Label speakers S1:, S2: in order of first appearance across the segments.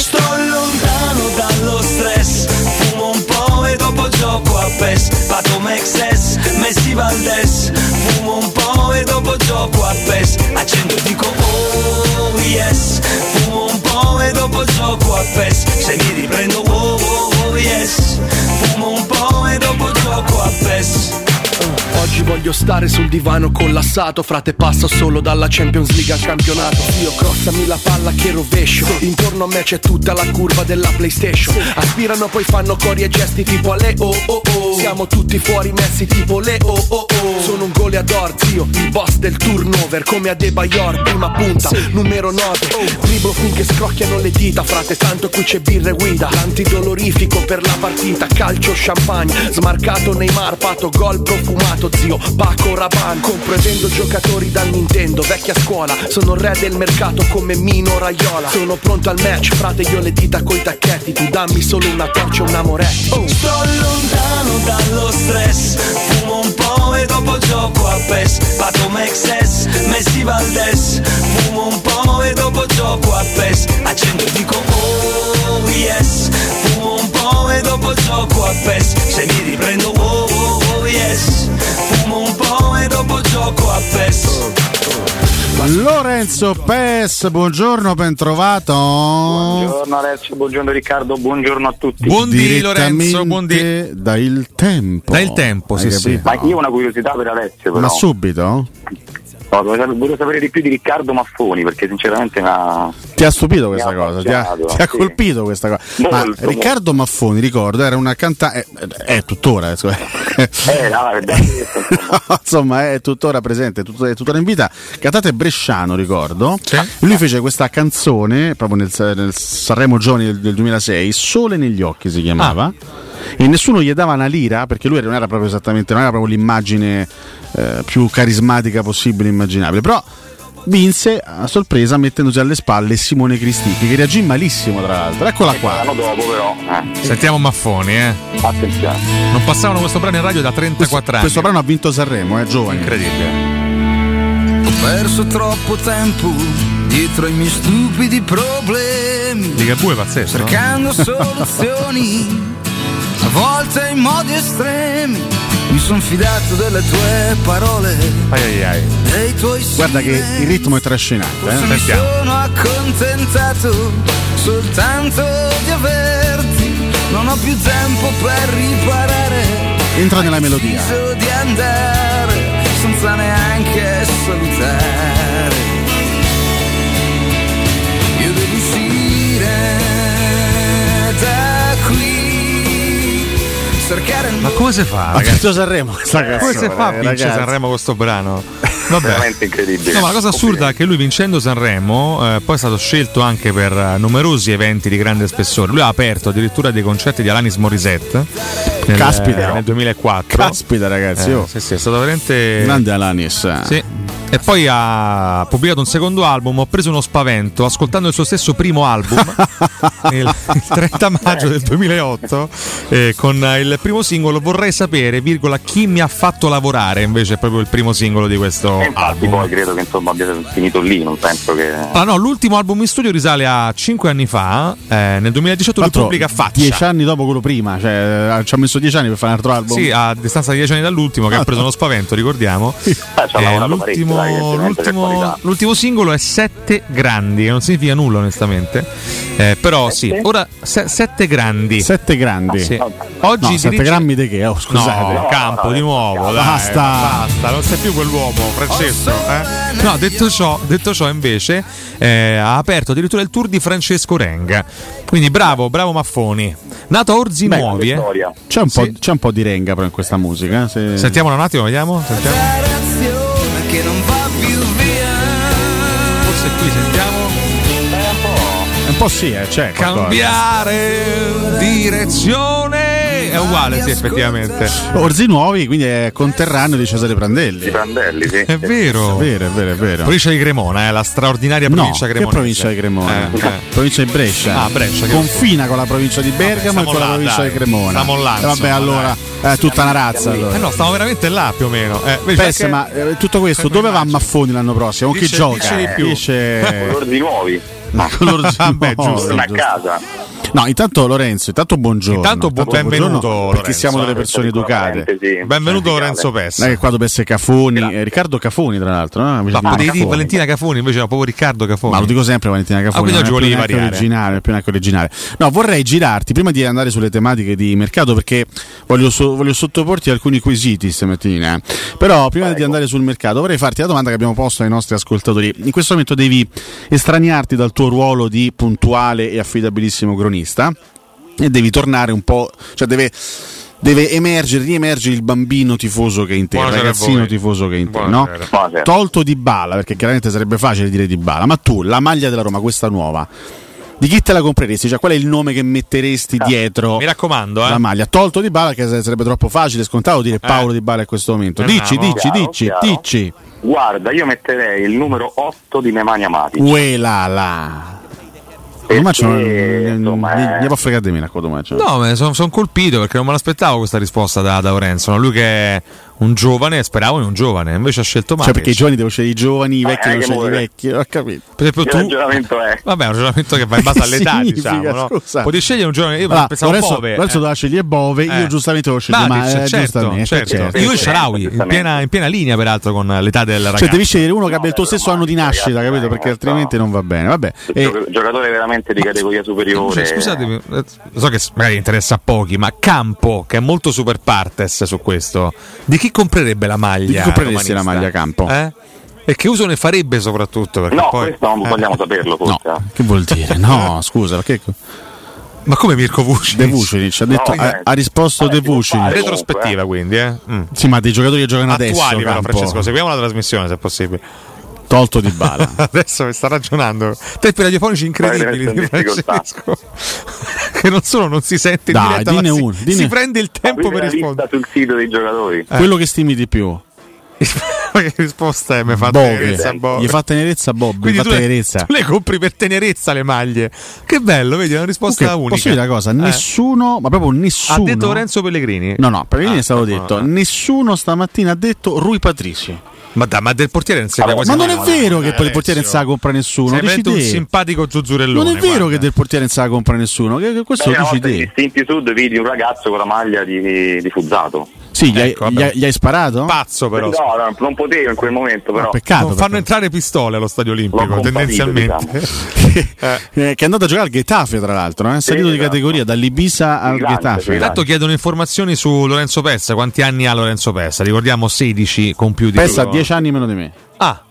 S1: Sto lontano dallo stress Fumo un po' e dopo gioco a PES Pato Mexes, Messi Valdes Fumo un po' e dopo gioco a PES Accendo e dico oh yes Fumo un po' e dopo gioco a PES Se mi riprendo oh oh oh yes Fumo un po' e dopo gioco a PES
S2: Oggi voglio stare sul divano collassato Frate passa solo dalla Champions League al campionato Io crossami la palla che rovescio Intorno a me c'è tutta la curva della Playstation Aspirano poi fanno cori e gesti tipo alle oh oh oh Siamo tutti fuori messi tipo le oh oh oh Sono un goleador zio, il boss del turnover Come a De Bayor, prima punta, numero 9 Driblo finché scrocchiano le dita Frate tanto qui c'è birra e guida Antidolorifico per la partita Calcio champagne, smarcato Neymar Pato gol profumato zio Paco Rabanne Compro e vendo giocatori da Nintendo Vecchia scuola, sono il re del mercato come Mino Raiola Sono pronto al match, frate io le dita coi tacchetti Tu dammi solo una torcia e un amoretti Oh,
S1: Sto lontano dallo stress Fumo un po' e dopo gioco a PES Pato Mexes, Messi Valdes Fumo un po' e dopo gioco a PES Accendo e dico oh yes Fumo un po' e dopo gioco a PES Se mi riprendo oh oh oh yes Fumo un po' e dopo gioco a PES
S3: Lorenzo Pes, buongiorno, bentrovato.
S4: Buongiorno Alessio, buongiorno Riccardo, buongiorno a tutti.
S3: Buondì
S5: Buondì Lorenzo, buondì.
S3: Da il tempo.
S5: Da Il Tempo, sì,
S3: Hai
S5: sì.
S3: capito?
S4: Ma io ho una curiosità per Alessio però.
S3: Ma subito?
S4: No, volevo sap- volevo sapere di più di Riccardo Maffoni perché sinceramente ma...
S3: Ti ha stupito questa
S4: Mi ha
S3: cosa, ti ha,
S4: bocciato,
S3: ti ha
S4: sì.
S3: colpito questa cosa. Ma
S4: Molto,
S3: Riccardo Maffoni, ricordo, era una cantante, è, è tuttora, eh,
S4: Eh, no, è bello questo, insomma.
S3: No, insomma è tuttora presente, è tut- è tuttora in vita. Cantate Bresciano, ricordo. Lui fece questa canzone proprio nel, Sa- nel Sanremo Giovani del, del 2006, Sole negli occhi si chiamava.
S1: Ah.
S3: E nessuno gli dava una lira perché lui non era proprio esattamente, non era proprio l'immagine eh, più carismatica possibile e immaginabile. Però vinse a sorpresa mettendosi alle spalle Simone Cristichi che reagì malissimo tra l'altro. Eccola qua.
S4: L'anno dopo però. eh.
S5: Sentiamo Maffoni, eh.
S4: Attenzione.
S5: Non passavano questo brano in radio da 34 anni.
S3: Questo brano ha vinto Sanremo, eh, è giovane.
S5: incredibile.
S1: Ho perso troppo tempo dietro ai miei stupidi problemi
S5: Di Gabù è pazzesco. no?
S1: cercando soluzioni, a volte in modi estremi. Mi sono fidato delle tue parole,
S5: Ai ai ai.
S1: dei tuoi
S3: Guarda che
S1: silenzi.
S3: il ritmo è trascinante.
S1: Forse
S3: eh.
S1: mi
S5: sentiamo.
S1: sono accontentato soltanto di averti. Non ho più tempo per riparare.
S3: Entra nella melodia.
S1: Ho deciso di andare senza neanche salutare. Io devo uscire da qui, cercare il
S5: Ma come si fa,
S3: Ha
S5: ragazzi?
S3: vinto Sanremo questa
S5: Come si
S3: canzone,
S5: fa a vincere
S3: eh, ragazzi.
S5: Sanremo con sto brano? Vabbè.
S4: Veramente incredibile.
S5: No, ma la cosa assurda è che lui vincendo Sanremo eh, poi è stato scelto anche per eh, numerosi eventi di grande spessore. Lui ha aperto addirittura dei concerti di Alanis Morissette nel,
S3: Caspita.
S5: nel 2004.
S3: Caspita ragazzi,
S5: Eh,
S3: oh.
S5: sì, sì, è stato veramente
S3: grande Alanis.
S5: Ah. Sì. E poi ha pubblicato un secondo album, ho preso uno spavento ascoltando il suo stesso primo album il, il 30 maggio del 2008 eh, con eh, il primo singolo Vorrei sapere, virgola, chi mi ha fatto lavorare invece è proprio il primo singolo di questo
S4: E Eh, infatti
S5: album.
S4: poi credo che insomma abbiate finito lì, non penso che...
S5: Ah, no, l'ultimo album in studio risale a 5 anni fa, eh, nel 2018
S3: Tra l'altro,
S5: Repubblica Faccia.
S3: Dieci anni dopo quello prima, cioè eh, ci ha messo dieci anni per fare un altro album.
S5: Sì, a distanza di 10 anni dall'ultimo che ha preso uno spavento, ricordiamo.
S4: Eh, ci ha
S5: Eh,
S4: lavorato
S5: l'ultimo
S4: qualità, evidentemente, c'è
S5: l'ultimo,
S4: qualità.
S5: l'ultimo singolo è Sette Grandi, che non significa nulla onestamente. Eh, però sì, ora se- Sette Grandi.
S3: Sette grandi.
S5: Sì.
S3: No,
S5: Oggi
S3: no,
S5: si
S3: sette
S5: dice-
S3: grammi di che? Oh, scusate.
S5: No, campo di nuovo. dai,
S3: Basta.
S5: basta, non sei più quell'uomo, Francesco. eh. No, detto ciò, detto ciò, invece, eh, ha aperto addirittura il tour di Francesco Renga. Quindi bravo, bravo Maffoni. Nato a Orzi
S3: Beh,
S5: Nuovi. eh.
S3: C'è, un po',
S5: Sì.
S3: c'è un po' di renga però in questa musica. eh, se-
S5: Sentiamola un attimo, vediamo. sentiamo.
S1: che non va più via.
S5: Forse qui sentiamo.
S3: Un po' sì, eh, c'è. qualcosa.
S5: Cambiare direzione. È uguale, sì, effettivamente.
S3: Orzi Nuovi, quindi è conterraneo di Cesare Prandelli.
S4: I brandelli, sì.
S5: È vero.
S3: Vero, è vero, è vero.
S5: Provincia di Cremona, eh, la straordinaria
S3: No,
S5: provincia
S3: che
S5: cremonese.
S3: provincia di Cremona?
S5: Eh, eh.
S3: Provincia di Brescia.
S5: Ah, Brescia, che
S3: Confina con la provincia di Bergamo
S5: siamo
S3: e con
S5: là,
S3: la provincia
S5: dai.
S3: di Cremona.
S5: Siamo là,
S3: Eh, Vabbè,
S5: insomma,
S3: allora, è tutta una razza allora.
S5: Eh no, stavo veramente là più o meno. Eh, invece
S3: Pesse,
S5: perché-
S3: ma eh, tutto questo dove va Maffoni l'anno prossimo? Con chi
S5: Dice-
S3: gioca?
S5: dice di
S3: Eh,
S5: più.
S3: Dice...
S4: Colori nuovi,
S3: Ma con l'Orzi
S5: Vabbè,
S3: Nuovi,
S5: giusto.
S4: torna a
S3: giusto.
S4: casa.
S3: No, intanto Lorenzo, intanto buongiorno.
S5: Intanto buon- benvenuto,
S3: buongiorno, Perché
S5: Lorenzo,
S3: siamo delle
S5: eh,
S3: persone educate.
S4: Sì,
S5: Benvenuto
S4: musicale.
S5: Lorenzo
S3: Non è
S5: Pessa.
S3: che qua dove essere Cafoni,
S4: Grazie.
S3: eh, Riccardo Cafoni tra l'altro, no? Mi
S5: Ma
S3: sembra
S5: potevi dire
S3: Cafoni.
S5: Valentina Cafoni, invece era proprio Riccardo Cafoni.
S3: Ma lo dico sempre Valentina Cafoni,
S5: Ah, quindi
S3: non è
S5: oggi
S3: più
S5: volevi
S3: neanche
S5: variare.
S3: originale, non è più neanche originale. No, vorrei girarti prima di andare sulle tematiche di mercato perché voglio, so- voglio sottoporti alcuni quesiti stamattina. eh. Però prima di andare sul mercato vorrei farti la domanda che abbiamo posto ai nostri ascoltatori. In questo momento devi estraniarti dal tuo ruolo di puntuale e affidabilissimo cronista e devi tornare un po', cioè deve Deve emergere, riemergere il bambino tifoso che è in te, il
S5: Buonasera a
S3: ragazzino
S5: voi.
S3: tifoso che è in te, no?
S5: Buonasera.
S4: Buonasera.
S3: tolto di bala, perché chiaramente sarebbe facile dire di bala, ma tu la maglia della Roma, questa nuova, di chi te la compreresti? Cioè, qual è il nome che metteresti
S4: Ah.
S3: dietro
S5: Mi raccomando, eh.
S3: la maglia? Tolto di bala, che sarebbe troppo facile, scontato dire Paolo di bala in questo
S5: Eh,
S3: momento. Dici,
S5: Andiamo.
S3: dici,
S4: Chiaro,
S3: dici,
S4: chiaro.
S3: dici.
S4: Guarda, io metterei il numero 8 di Nemanja Matic.
S3: Uè la la. Ormai c'è
S4: Perché, Eh, insomma,
S3: una-
S4: eh.
S3: Gli può fregarmi la codo, ma c'è-
S5: No, sono colpito perché non me l'aspettavo questa risposta da, da Lorenzo. no? Lui che è un giovane, speravo in un giovane, invece ha scelto Matic.
S3: Cioè, perché i giovani devono scegliere i giovani, i vecchi
S4: eh,
S3: devono
S4: che
S3: scegliere i
S4: muore.
S3: vecchi, ho capito.
S5: Per esempio
S4: Il
S5: tu...
S4: ragionamento è
S5: Vabbè, è un ragionamento che va in base
S3: Che
S5: all'età,
S3: significa,
S5: diciamo. No?
S3: scusa?
S5: Potevi scegliere un giovane, io
S3: Allora,
S5: pensavo
S3: Lorenzo,
S5: Bove.
S3: Lorenzo doveva scegliere Bove,
S5: Eh.
S3: io giustamente devo scegliere
S5: Matic,
S3: ma, eh,
S5: certo,
S3: giustamente,
S5: certo.
S3: certo.
S5: Io e Sharawi, in
S4: Giustamente.
S5: piena, in piena linea peraltro con l'età del ragazzo.
S3: Cioè, devi scegliere uno che abbia il tuo
S5: eh,
S4: No,
S3: stesso anno di
S4: ragazzi,
S3: nascita, capito? Perché
S4: no.
S3: altrimenti non va bene. Vabbè. eh, E-
S4: gio- giocatore veramente di categoria superiore.
S5: Cioè, scusatemi, eh, so che s- magari interessa a pochi, ma Campo, che è molto super partes su questo, di chi comprerebbe la maglia?
S3: Di chi compreresti
S5: romanista?
S3: la maglia Campo?
S5: Eh? E che uso ne farebbe soprattutto? Perché
S4: No,
S5: poi,
S4: questo non
S5: eh,
S4: vogliamo saperlo,
S3: No,
S4: forse.
S3: che vuol dire? No, scusa, perché
S5: Ma come Mirko Vucic?
S3: De Vucevic ha, detto,
S4: No,
S5: eh,
S3: ha, ha risposto
S4: vabbè,
S3: De
S4: si può fare.
S3: Vucevic.
S5: Retrospettiva quindi, eh? Mm.
S3: Sì, ma dei giocatori che giocano adesso,
S5: Attuali, però,
S3: Campo.
S5: Francesco, seguiamo la trasmissione se possibile.
S3: tolto di bala.
S5: Adesso mi sta ragionando. Tempi radiofonici incredibili
S4: Vai,
S5: di
S4: resta in difficoltà.
S5: Francesco. che non solo non si sente in
S3: Dai,
S5: diretta, ma
S3: dinne
S5: si-
S3: uno,
S5: si,
S3: dinne-
S5: prende il tempo
S4: Aprite
S5: per
S4: la
S5: rispondere. Eh,
S4: lista sul sito dei giocatori.
S3: Quello che stimi di più,
S5: che risposta è? Mi fa tenerezza,
S3: Bove.
S5: Bove.
S3: Boh, Gli fa tenerezza Bob, gli
S5: Quindi
S3: fa
S5: tu le,
S3: tenerezza.
S5: tu le compri per tenerezza le maglie. Che bello, vedi, è una risposta
S3: Comunque,
S5: unica.
S3: posso dire una cosa?
S5: Eh.
S3: Nessuno, ma proprio nessuno.
S5: Ha detto Lorenzo Pellegrini?
S3: No, no, perché
S5: Ah,
S3: mi è stato
S5: no,
S3: detto,
S5: no.
S3: nessuno stamattina ha detto Rui Patrici.
S5: Ma, dai, ma del portiere non si
S4: Allora,
S3: Ma
S5: quasi Eh,
S3: non è
S5: nulla.
S3: vero che
S5: Alessio.
S3: poi il portiere non sa compra nessuno.
S5: Sei
S3: dici
S5: veramente un
S3: te.
S5: simpatico zuzzurellone.
S3: Non è vero
S5: guarda.
S3: che del portiere non sa compra nessuno. Che, che questo
S4: Beh,
S3: lo
S4: una
S3: dici
S4: volta in
S3: te.
S4: Distinti Sud vidi un ragazzo con la maglia di, di Fuzzato.
S3: Sì, gli, hai-
S5: Ecco, vabbè.
S3: gli hai, gli hai sparato?
S5: Pazzo però.
S4: No, no, non potevo in quel momento, però.
S3: Peccato.
S5: non fanno entrare pistole allo stadio olimpico,
S4: compatito, diciamo.
S5: tendenzialmente.
S3: Eh, che è andato a giocare al Getafe, tra l'altro. eh, È salito di
S4: esatto.
S3: categoria dall'Ibisa al
S4: Gigante,
S3: Getafe.
S4: gigante.
S5: Intanto chiedono informazioni su Lorenzo Pessa, quanti anni ha Lorenzo Pessa? Ricordiamo 16 compiuti.
S3: Pensa a
S5: Dico-
S3: 10 anni meno di me.
S5: Ah,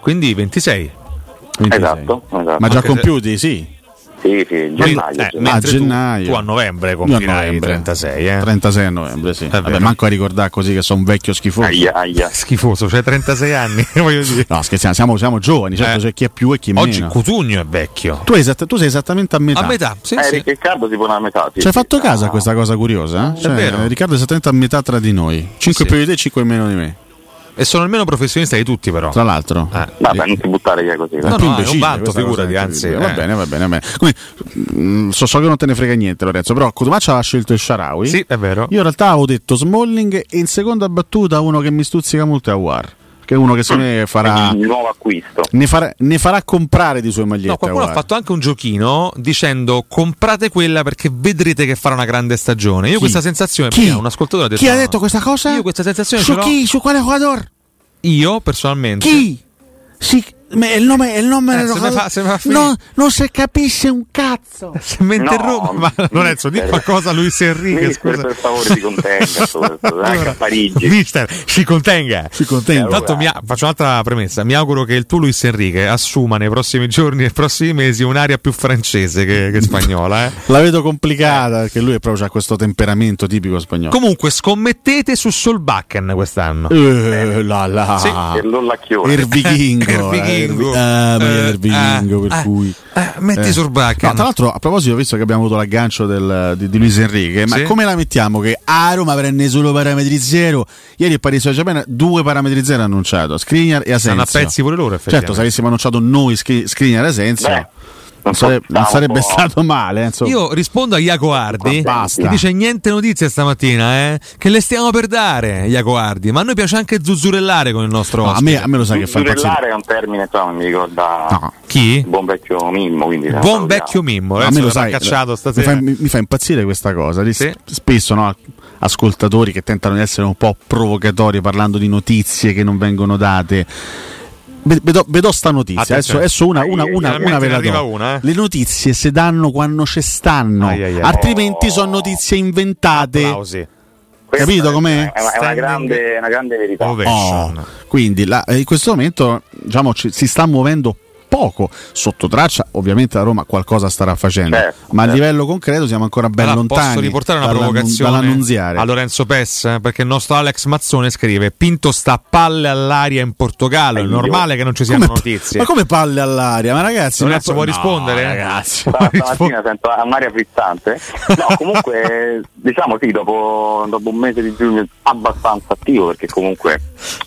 S5: quindi 26.
S3: 26.
S4: Esatto, esatto.
S3: Ma già
S5: Anche se-
S3: compiuti, sì.
S4: Sì, sì,
S5: Quindi-
S4: gennaio.
S5: eh,
S4: sì.
S3: ma-
S5: mentre
S3: a
S5: tu-
S3: gennaio.
S5: Tu, a novembre
S3: Io a
S5: compirai
S3: novembre.
S5: 36, eh.
S3: 36 a novembre, sì. Vabbè,
S5: vero.
S3: manco a ricordare così che sono un vecchio schifoso.
S4: Aia, aia.
S5: Schifoso, cioè 36 anni, voglio dire.
S3: No, scherziamo, siamo, siamo giovani, certo
S5: Eh.
S3: c'è chi è più e chi
S5: Oggi
S3: meno.
S5: Cutugno è vecchio.
S3: Tu, hai esatta- tu sei esattamente a metà.
S5: A metà, sì,
S4: Eh,
S5: sì.
S4: Riccardo si pone a metà. sì,
S3: Ci hai
S4: sì.
S3: fatto caso a
S4: Ah.
S3: questa cosa curiosa? eh? Cioè,
S5: vero.
S3: Riccardo è esattamente a metà tra di noi. 5
S5: Sì.
S3: più di te, 5 meno di me.
S5: E sono il meno professionista di tutti, però.
S3: Tra l'altro.
S5: Eh.
S4: Vabbè, non ti buttare via così.
S5: No,
S4: dai.
S3: più
S5: è un
S3: imbecille,
S5: vanto,
S3: questa cosa
S5: figurati,
S3: è
S5: anzi,
S3: incredibile.
S5: eh.
S3: Va bene, va bene, va bene. Quindi, mh, so, so che non te ne frega niente, Lorenzo, però Cotumaccio aveva scelto il Sharawi.
S5: Sì, è vero.
S3: Io in realtà avevo detto Smalling e in seconda battuta uno che mi stuzzica molto è Awar, che è uno che secondo me farà...
S5: Ah.
S4: Quindi Il nuovo acquisto.
S3: Ne farà, ne farà comprare di sue magliette.
S5: No, qualcuno ha
S3: Aouar.
S5: fatto anche un giochino dicendo comprate quella perché vedrete che farà una grande stagione. Io
S3: Chi?
S5: questa sensazione,
S3: Chi?
S5: prima un ascoltatore ha detto,
S3: Chi ha detto questa cosa?
S5: Io questa sensazione
S3: Su
S5: ce l'ho.
S3: chi? Su quale jugador?
S5: io personalmente.
S3: Chi? Sì, ma è il nome, è il nome
S5: Eh,
S3: della
S5: se me
S3: cosa-
S5: fa- se me fa finire.
S3: no, non si capisse un cazzo.
S5: Se mi interrompo, ma Lorenzo, di qualcosa a Luis Enrique.
S4: Mister,
S5: Scusa.
S4: per favore, si contenga, soprattutto, anche a Parigi.
S5: Mister, si contenga.
S3: Si contenta.
S5: Intanto mi a- faccio un'altra premessa. Mi auguro che il tuo Luis Enrique assuma nei prossimi giorni e prossimi mesi un'aria più francese che, che spagnola. eh.
S3: La vedo complicata perché lui è proprio ha questo temperamento tipico spagnolo.
S5: Comunque, scommettete su Solbakken quest'anno.
S3: Eh, la la.
S5: Sì.
S4: Per l'ollacchione.
S3: Il vichingo,
S5: Il vichingo.
S3: eh, ah, ma è
S5: Eh,
S3: il vichingo,
S5: ah,
S3: per
S5: ah,
S3: cui
S5: ah, metti
S3: Eh.
S5: Solbakken.
S3: No, tra l'altro, a proposito, visto che abbiamo avuto l'aggancio del- di, di Luis Enrique, ma
S5: Sì.
S3: come la mettiamo che a Roma prende solo parametri zero? Ieri il Paris Saint-Germain due parametri zero ha annunciato, Skriniar e
S5: Stanno a
S3: Asensio.
S5: pezzi pure loro,
S3: Certo, se
S5: effettivamente.
S3: avessimo annunciato noi Skri- Skriniar e Asensio,
S4: Beh,
S3: non, sare- non
S4: facciamo-
S3: sarebbe stato male, eh, insomma.
S5: Io rispondo a Iaco Ardi
S3: Ma basta.
S5: che dice niente notizie stamattina, eh? Che le stiamo per dare, Iaco Ardi. Ma a noi piace anche zuzzurellare con il nostro
S3: No, a,
S5: ospite.
S3: me, a me lo sa che fa impazzire.
S4: Zurellare è un termine, insomma, mi ricorda
S3: No.
S5: Chi?
S4: il buon vecchio Mimmo. Quindi eh,
S5: Buon
S4: salutiamo.
S5: vecchio Mimmo,
S3: A
S5: adesso
S3: me lo
S5: verrà
S3: sai,
S5: cacciato
S3: mi,
S5: stasera.
S3: fa, mi- mi fa impazzire questa cosa. di-
S5: Sì.
S3: Spesso no, ascoltatori che tentano di essere un po' provocatori parlando di notizie che non vengono date. Ve- Vedo, vedo sta notizia, adesso,
S5: Attenzione.
S3: adesso una, una, una,
S4: Ai,
S5: finalmente
S3: una ve
S5: ne
S3: la
S5: arriva
S3: do.
S5: una, eh.
S3: Le notizie se danno quando ci stanno,
S5: Ai, ai, ai.
S3: altrimenti sono notizie inventate.
S5: Applausi.
S4: Questa
S3: Capito
S4: è-
S3: com'è?
S4: È, una- è una,
S5: Standing
S4: grande, una grande verità.
S5: Ovation.
S3: Oh, quindi la- eh, in questo momento diciamo, ci- si sta muovendo poco sotto traccia, ovviamente la Roma qualcosa starà facendo,
S4: Certo,
S3: ma a
S4: certo.
S3: livello concreto siamo ancora ben
S5: Allora,
S3: lontani.
S5: posso riportare una
S3: dall'annun-
S5: provocazione
S3: dall'annunziare.
S5: a Lorenzo Pes eh, perché il nostro Alex Mazzone scrive Pinto sta a palle all'aria in Portogallo è
S4: Aiuto.
S5: normale che non ci siano
S3: Come-
S5: notizie
S3: Ma come palle all'aria? Ma ragazzi,
S5: Lorenzo,
S3: ma-
S5: vuoi
S3: no,
S5: rispondere?
S3: Ragazzi.
S4: Sta- Stamattina sento a Maria frizzante. No, comunque, diciamo sì, dopo, dopo un mese di giugno abbastanza attivo, perché comunque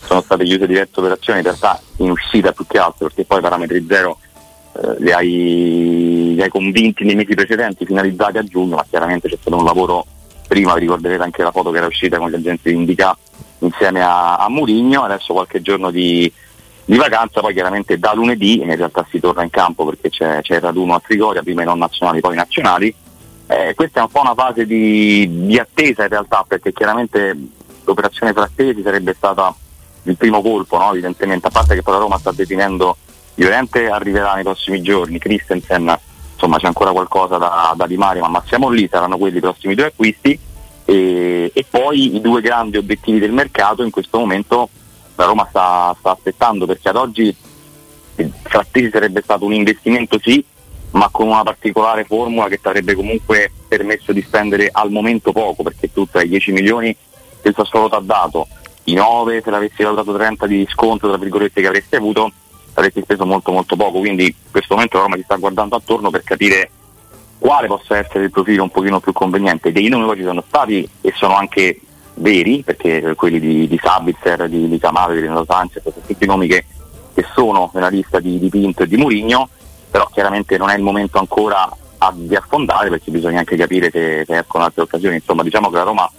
S4: sono state chiuse diverse operazioni, in realtà in uscita più che altro, perché poi i parametri zero eh, li, hai, li hai convinti nei mesi precedenti, finalizzati a giugno, ma chiaramente c'è stato un lavoro prima, vi ricorderete anche la foto che era uscita con gli agenti di Indica insieme a, a Murigno, adesso qualche giorno di, di vacanza, poi chiaramente da lunedì in realtà si torna in campo perché c'è, c'è il raduno a Trigoria, prima i non nazionali, poi i nazionali. Eh, questa è un po' una fase di, di attesa in realtà perché chiaramente l'operazione Frattesi sarebbe stata il primo colpo, no? evidentemente, a parte che poi la Roma sta definendo Llorente arriverà nei prossimi giorni, Christensen insomma c'è ancora qualcosa da, da limare, ma, ma siamo lì, saranno quelli i prossimi due acquisti e, e poi i due grandi obiettivi del mercato in questo momento la Roma sta, sta aspettando perché ad oggi eh, Frattesi sarebbe stato un investimento sì, ma con una particolare formula che ti avrebbe comunque permesso di spendere al momento poco, perché tu tra i 10 milioni che il Sassuolo ti ha dato, i 9 se l'avessi valutato 30 di sconto tra virgolette che avresti avuto, avresti speso molto molto poco, quindi in questo momento la Roma si sta guardando attorno per capire quale possa essere il profilo un pochino più conveniente. Dei nomi poi ci sono stati e sono anche veri, perché quelli di, di Sabitzer, di, di Camale, di Renato Sanchez, sono tutti nomi che, che sono nella lista di, di Pinto e di Murigno, però chiaramente non è il momento ancora a- di affondare perché bisogna anche capire se, se escono altre occasioni. Insomma diciamo che la Roma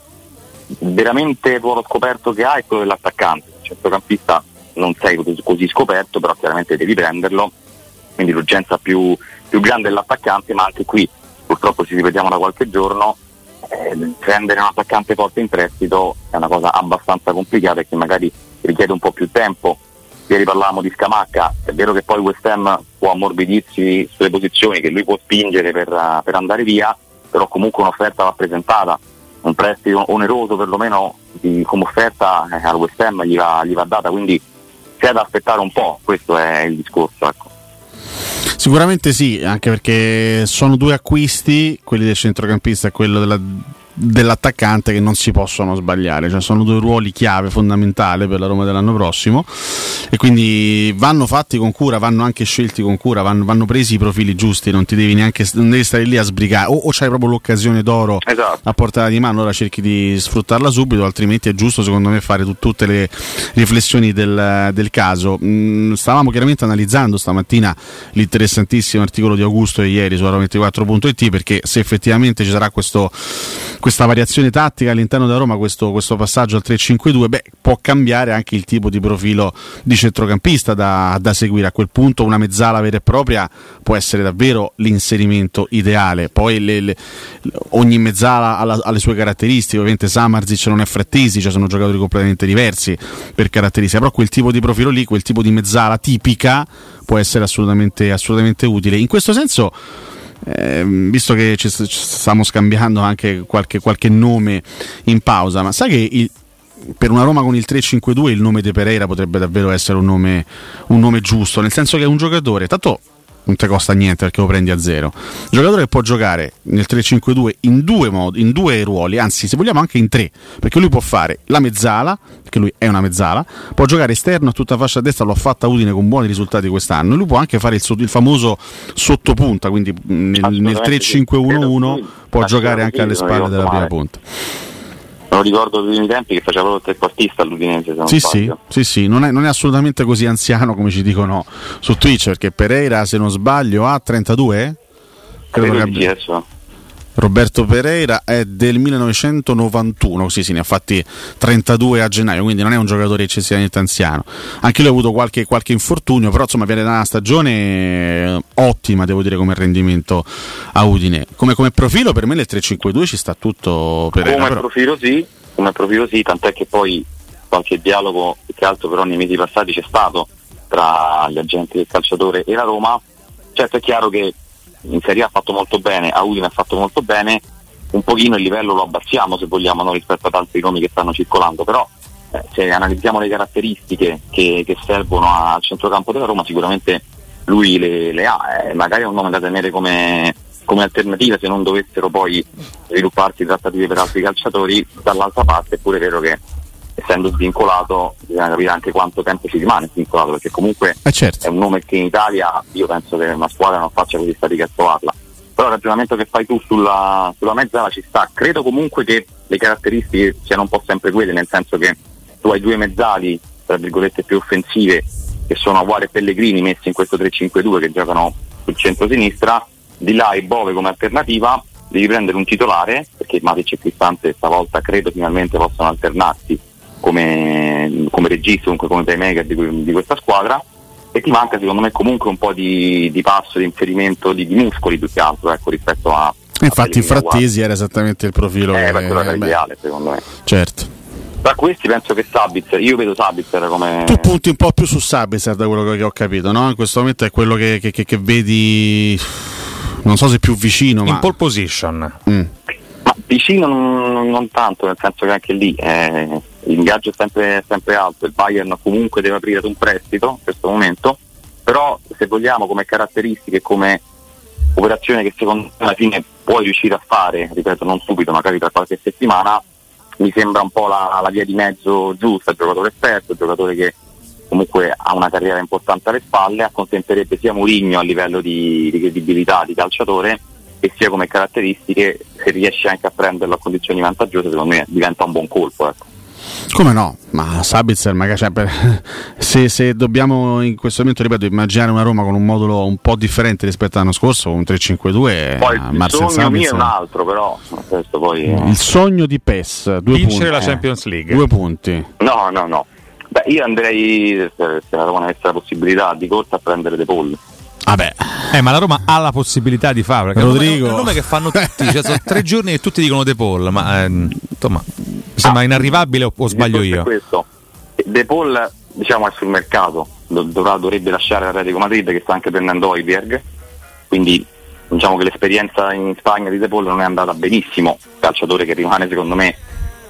S4: veramente il ruolo scoperto che ha è quello dell'attaccante. Il centrocampista non sei così- così scoperto, però chiaramente devi prenderlo quindi l'urgenza più, più grande è l'attaccante, ma anche qui purtroppo ci ripetiamo da qualche giorno, eh, prendere un attaccante forte in prestito è una cosa abbastanza complicata e che magari richiede un po' più tempo. Ieri parlavamo di Scamacca, è vero che poi West Ham può ammorbidirsi sulle posizioni, che lui può spingere per, eh, per andare via, però comunque un'offerta va presentata, un prestito oneroso perlomeno di- come offerta eh, al West Ham gli va, gli va data, quindi c'è da aspettare un po', questo è il discorso. Ecco.
S3: Sicuramente sì, anche perché sono due acquisti, quelli del centrocampista e quello della- dell'attaccante che non si possono sbagliare, cioè sono due ruoli chiave fondamentali per la Roma dell'anno prossimo e quindi vanno fatti con cura, vanno anche scelti con cura, vanno, vanno presi i profili giusti, non ti devi neanche non devi stare lì a sbrigare o, o c'hai proprio l'occasione d'oro
S4: Esatto.
S3: a portata di mano, allora cerchi di sfruttarla subito, altrimenti è giusto secondo me fare tu- tutte le riflessioni del, del caso. Mm, stavamo chiaramente analizzando stamattina l'interessantissimo articolo di Augusto di ieri su Roma24.it perché se effettivamente ci sarà questo, questo questa variazione tattica all'interno della Roma, questo, questo passaggio al 3-5-2, beh, può cambiare anche il tipo di profilo di centrocampista da, da seguire. A quel punto una mezzala vera e propria può essere davvero l'inserimento ideale. Poi le- le- ogni mezzala alla- ha le sue caratteristiche, ovviamente Samarzic non è Frattesi, cioè sono giocatori completamente diversi per caratteristiche, però quel tipo di profilo lì, quel tipo di mezzala tipica può essere assolutamente, assolutamente utile. In questo senso, ehm, visto che ci, st- ci stiamo scambiando anche qualche, qualche nome in pausa, ma sai che il- per una Roma con il 3-5-2 il nome di Pereira potrebbe davvero essere un nome, un nome giusto, nel senso che è un giocatore, tanto non ti costa niente perché lo prendi a zero. Un giocatore che può giocare nel 3-5-2 in due modi, in due ruoli, anzi, se vogliamo anche in tre, perché lui può fare la mezzala, perché lui è una mezzala, può giocare esterno a tutta fascia destra, l'ho fatta a Udine con buoni risultati quest'anno, e lui può anche fare il, sotto- il famoso sottopunta, quindi mh, nel, nel 3-5-1-1 può giocare anche alle spalle della prima punta.
S4: Non ricordo dei primi tempi che faceva proprio il trequartista all'Udinese, se non
S3: Sì, sì,
S4: sbaglio.
S3: sì, sì, non è, non è assolutamente così anziano come ci dicono su Twitch, perché Pereira, se non sbaglio, ha 32? Credo che
S4: Credo di
S3: abbia-
S4: sì, adesso.
S3: Roberto Pereira è del 1991, sì, sì, ne ha fatti 32 a gennaio, quindi non è un giocatore eccessivamente anziano. Anche lui ha avuto qualche, qualche infortunio, però insomma viene da una stagione eh, ottima, devo dire, come rendimento a Udine. Come, come profilo per me nel 3-5-2 ci sta tutto Pereira,
S4: come
S3: però.
S4: profilo sì, come profilo sì, tant'è che poi qualche dialogo più che altro però nei mesi passati c'è stato tra gli agenti del calciatore e la Roma. Certo è chiaro che in Serie A ha fatto molto bene, a Udine ha fatto molto bene, un pochino il livello lo abbassiamo se vogliamo no, rispetto ad altri nomi che stanno circolando, però eh, se analizziamo le caratteristiche che, che servono al centrocampo della Roma sicuramente lui le, le ha, eh, magari è un nome da tenere come, come alternativa se non dovessero poi svilupparsi trattative per altri calciatori, dall'altra parte è pure vero che essendo svincolato bisogna capire anche quanto tempo ci rimane svincolato perché comunque
S3: eh, certo.
S4: è un nome che in Italia io penso che una squadra non faccia così fatica a trovarla però il ragionamento che fai tu sulla, sulla mezzala ci sta credo comunque che le caratteristiche siano un po' sempre quelle nel senso che tu hai due mezzali tra virgolette più offensive che sono Aguare e Pellegrini messi in questo 3-5-2 che giocano sul centro-sinistra di là e Bove come alternativa devi prendere un titolare perché Matic e Cristante stavolta credo finalmente possano alternarsi come, come regista, comunque come playmaker di, que- di questa squadra e ti manca secondo me comunque un po' di, di passo, di inserimento di, di muscoli più che altro ecco, rispetto a...
S3: Eh, Infatti, Frattesi era esattamente il profilo
S4: Eh,
S3: che-
S4: ma quello era
S3: beh,
S4: ideale secondo me.
S3: Certo.
S4: Tra questi penso che Sabitzer, io vedo Sabitzer come...
S3: Tu punti un po' più su Sabitzer da quello che ho capito, no? In questo momento è quello che, che- che- che vedi, non so se più vicino, ma...
S4: In pole
S5: position.
S4: Ma vicino non, non- non tanto, nel senso che anche lì eh, l'ingaggio è sempre, sempre alto, il Bayern comunque deve aprire ad un prestito in questo momento, però se vogliamo come caratteristiche, come operazione che secondo me alla fine puoi riuscire a fare, ripeto non subito, magari tra qualche settimana, mi sembra un po' la, la via di mezzo giusta, il giocatore esperto, il giocatore che comunque ha una carriera importante alle spalle, accontenterebbe sia Mourinho a livello di, di credibilità di calciatore e sia come caratteristiche, se riesce anche a prenderlo a condizioni vantaggiose, secondo me diventa un buon colpo. Ecco.
S3: Come no? Ma Sabitzer, magari cioè, per- se, se dobbiamo in questo momento, ripeto, immaginare una Roma con un modulo un po' differente rispetto all'anno scorso, con un 3-5-2,
S4: Poi
S3: eh,
S4: il
S3: Marcel Mm.
S4: sogno mio è
S3: Sabitzer.
S4: un altro, però questo poi.
S3: Il sogno di PES, due
S4: Vincere
S3: punti. Eh,
S4: la Champions League.
S3: Due punti.
S4: No, no, no. Beh, io andrei, se se la Roma avesse la possibilità, di corsa a prendere De Paul.
S3: Vabbè.
S5: Eh, ma la Roma ha la possibilità di farlo. perché
S3: Rodrigo.
S5: È un nome che fanno tutti. Cioè, sono tre giorni e tutti dicono De Paul. Ma ehm, insomma, mi
S3: Ah.
S5: sembra inarrivabile o, o sbaglio
S4: discorso è
S5: io?
S4: questo. De Paul diciamo, è sul mercato, do- dovrà- dovrebbe lasciare l'Atletico Madrid che sta anche prendendo Oiberg, quindi diciamo che l'esperienza in Spagna di De Paul non è andata benissimo, calciatore che rimane secondo me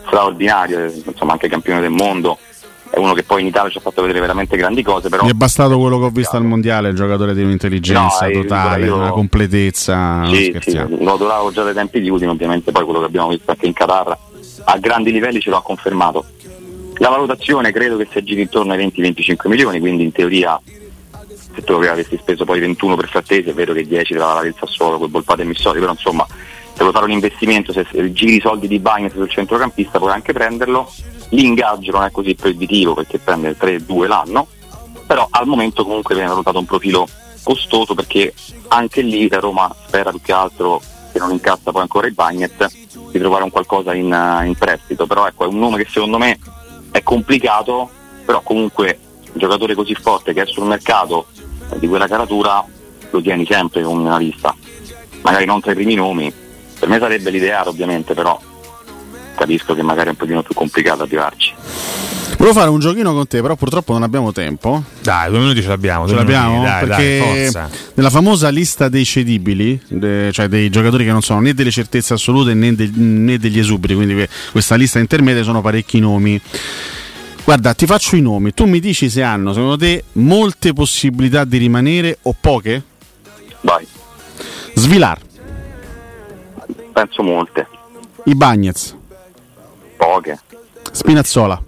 S4: straordinario, eh, insomma anche campione del mondo, è uno che poi in Italia ci ha fatto vedere veramente grandi cose, però
S3: Mi è bastato quello che ho visto al mondiale, il giocatore di un'intelligenza
S4: No, eh,
S3: totale,
S4: io-
S3: una completezza. non
S4: sì, sì,
S3: scherziamo.
S4: lo adoravo già dai tempi di Udine, ovviamente poi quello che abbiamo visto anche in Qatar a grandi livelli ce lo ha confermato. La valutazione credo che si aggiri intorno ai 20-25 milioni, quindi in teoria se tu avessi speso poi 21 per Frattesi è vero che 10 te la vale il Sassuolo col Volpato e Missori, però insomma se vuoi fare un investimento, se se giri i soldi di Bagnet sul centrocampista puoi anche prenderlo, l'ingaggio non è così proibitivo perché prende 3-2 l'anno, però al momento comunque viene valutato un profilo costoso perché anche lì la Roma spera più che altro che non incassa poi ancora i Bagnet, di trovare un qualcosa in, eh, in prestito. Però ecco, è un nome che secondo me è complicato, però comunque un giocatore così forte che è sul mercato eh, di quella caratura lo tieni sempre con una lista. Magari non tra i primi nomi, per me sarebbe l'ideale ovviamente, però capisco che magari è un pochino più complicato arrivarci.
S3: Volevo fare un giochino con te, però purtroppo non abbiamo tempo.
S5: Dai, due minuti ce l'abbiamo.
S3: Ce
S5: due
S3: l'abbiamo?
S5: minuti, dai,
S3: perché
S5: dai, forza.
S3: nella famosa lista dei cedibili, de- cioè dei giocatori che non sono né delle certezze assolute né, de- né degli esuberi, quindi que- questa lista intermedia sono parecchi nomi. Guarda, ti faccio i nomi, tu mi dici se hanno secondo te molte possibilità di rimanere o poche?
S4: Vai.
S3: Svilar,
S4: Penso molte,
S3: I Bagnets,
S4: poche.
S3: Spinazzola.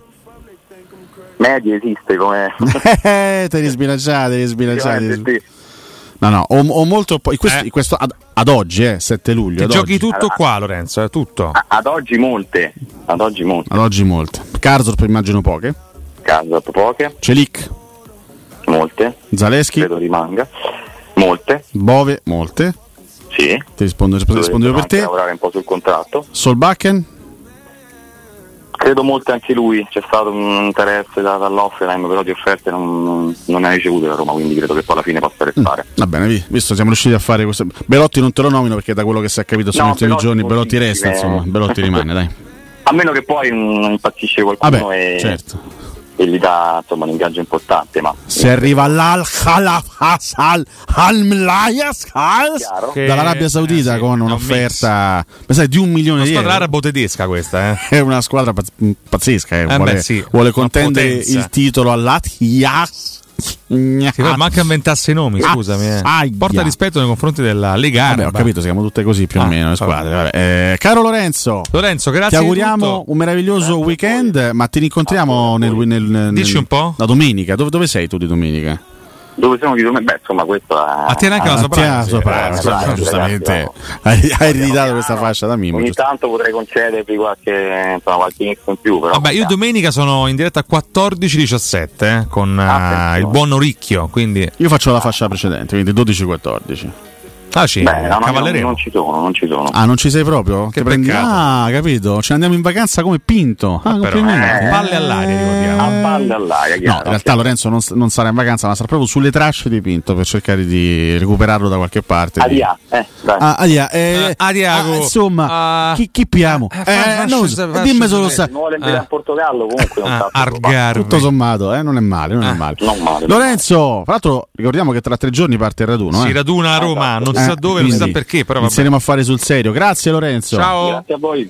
S4: Medie esiste come...
S3: Eh, te li sbilanciate, li
S4: Sì,
S3: sbilanciate.
S4: sì.
S3: No, no, o, o molto po- questo, questo ad, ad oggi, eh, 7 luglio.
S5: Eh. Ti
S3: Ad
S5: giochi
S3: oggi.
S5: tutto qua, Lorenzo, eh, tutto.
S3: Ah,
S4: A- Ad oggi molte, ad oggi molte.
S3: Ad oggi molte. Carzorp immagino poche.
S4: Casa poche,
S3: Celic,
S4: molte,
S3: Zaleschi,
S4: credo rimanga. Molte,
S3: Bove, molte.
S4: sì.
S3: Ti rispondo, risp- rispondo io per
S4: Dovrebbero anche
S3: te.
S4: lavorare un po' sul contratto.
S3: Solbakken,
S4: Credo molte anche lui, c'è stato un interesse da- dall'Offenheim, però di offerte non, non ne ha ricevute la Roma, quindi credo che poi alla fine possa restare.
S3: va bene, vi- visto siamo riusciti a fare questo. Belotti non te lo nomino perché da quello che si è capito sono
S4: No,
S3: gli ultimi
S4: Belotti
S3: giorni
S4: non
S3: Belotti
S4: si-
S3: resta,
S4: eh.
S3: insomma, Belotti rimane, dai.
S4: A meno che poi non impazzisce qualcuno
S3: Mm. Vabbè,
S4: e,
S3: certo.
S4: e gli dà insomma, un ingaggio importante, ma
S3: Se arriva l'Al Khalafas al Almlayas
S4: Chiaro.
S3: dall'Arabia Saudita
S5: Eh, sì,
S3: con
S5: è un
S3: un'offerta ma sai, di un milione
S5: Una
S3: di
S5: squadra
S3: euro.
S5: arabo-tedesca questa, eh.
S3: È una squadra pazz- pazzesca, eh,
S5: beh,
S3: vuole,
S5: sì,
S3: vuole
S5: una
S3: contendere
S5: potenza.
S3: il titolo all'Athias.
S5: Sì, però manca inventasse i nomi,
S3: Ah,
S5: scusami. eh.
S3: aia.
S5: Porta rispetto nei confronti della Lega
S3: Vabbè, ho
S5: Araba.
S3: capito, siamo tutte così più o
S5: Ah,
S3: meno le squadre. Vabbè. Eh, caro Lorenzo,
S5: Lorenzo, grazie.
S3: ti auguriamo
S5: di
S3: un meraviglioso weekend, ma ti rincontriamo nel, nel, nel-
S5: Dici un po'?
S3: La domenica, dove, dove sei tu di domenica?
S4: dove siamo di domenica? Bbeh, insomma, questo è...
S5: A te neanche la
S3: Ah,
S5: soprano,
S3: Tiana
S5: sì,
S3: Soprano,
S5: eh,
S3: insomma,
S4: ragazzi,
S3: giustamente
S4: ragazzi,
S3: hai, hai ridato questa fascia da Mimmo.
S4: Ogni
S3: giusto.
S4: tanto potrei concedervi qualche, insomma, qualche inizio in più, però...
S5: Vabbè, io domenica sono in diretta a 14.17 eh, con eh,
S3: Ah,
S4: Attenzione.
S5: il buon Oricchio, quindi...
S3: Io faccio la fascia precedente, quindi 12-14.
S5: Ah sì,
S4: Beh, no, no,
S5: cavalleremo.
S4: non ci sono, non ci sono.
S3: Ah, non ci sei proprio?
S5: Che
S3: Ti prendi-
S5: peccato.
S3: Ah, capito. Ce ne andiamo in vacanza come Pinto. Ah,
S5: però,
S3: complimenti. Eh.
S5: eh, ah, palle all'aria, ricordiamo.
S4: A palle all'aria,
S3: No,
S4: chiaro.
S3: in realtà Lorenzo non, non sarà in vacanza, ma sarà proprio sulle tracce di Pinto per cercare di recuperarlo da qualche parte.
S4: Adia, eh, dai.
S3: Ah, Adia, eh,
S5: Ah, Diago.
S3: ah, insomma,
S5: Ah.
S3: chi, chi piamo?
S5: Eh,
S3: Eh,
S5: fa-
S3: non
S5: faccia-
S3: so,
S5: faccia
S3: dimmi solo
S5: vedere.
S3: sa-
S4: Mi vuole
S3: ah.
S4: vedere a Portogallo comunque non
S5: Ah,
S4: tanto,
S5: Argarvi.
S3: Tutto sommato, eh, non è male,
S5: Ah.
S3: non è male.
S4: non male.
S3: Lorenzo, tra l'altro ricordiamo che tra tre giorni parte il raduno.
S5: Si
S3: eh.
S5: raduna a Roma, non si
S3: Eh,
S5: sa dove, non si sa
S3: quindi
S5: perché, però vabbè.
S3: Inizieremo a fare sul serio. Grazie Lorenzo.
S5: Ciao.
S4: Grazie a voi.